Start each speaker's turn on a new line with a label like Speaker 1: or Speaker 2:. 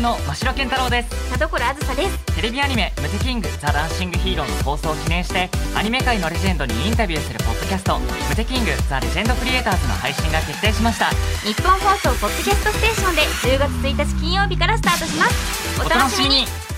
Speaker 1: の真城健太郎です
Speaker 2: 田所あずさです
Speaker 1: テレビアニメ「ムテキングザ・ダンシング・ヒーロー」の放送を記念してアニメ界のレジェンドにインタビューするポッドキャスト「ムテキングザ・レジェンド・クリエイターズ」の配信が決定しました
Speaker 2: 日本放送ポッドキャストステーションで10月1日金曜日からスタートしますお
Speaker 1: お
Speaker 2: 楽
Speaker 1: 楽
Speaker 2: し
Speaker 1: し
Speaker 2: み
Speaker 1: み
Speaker 2: に
Speaker 1: に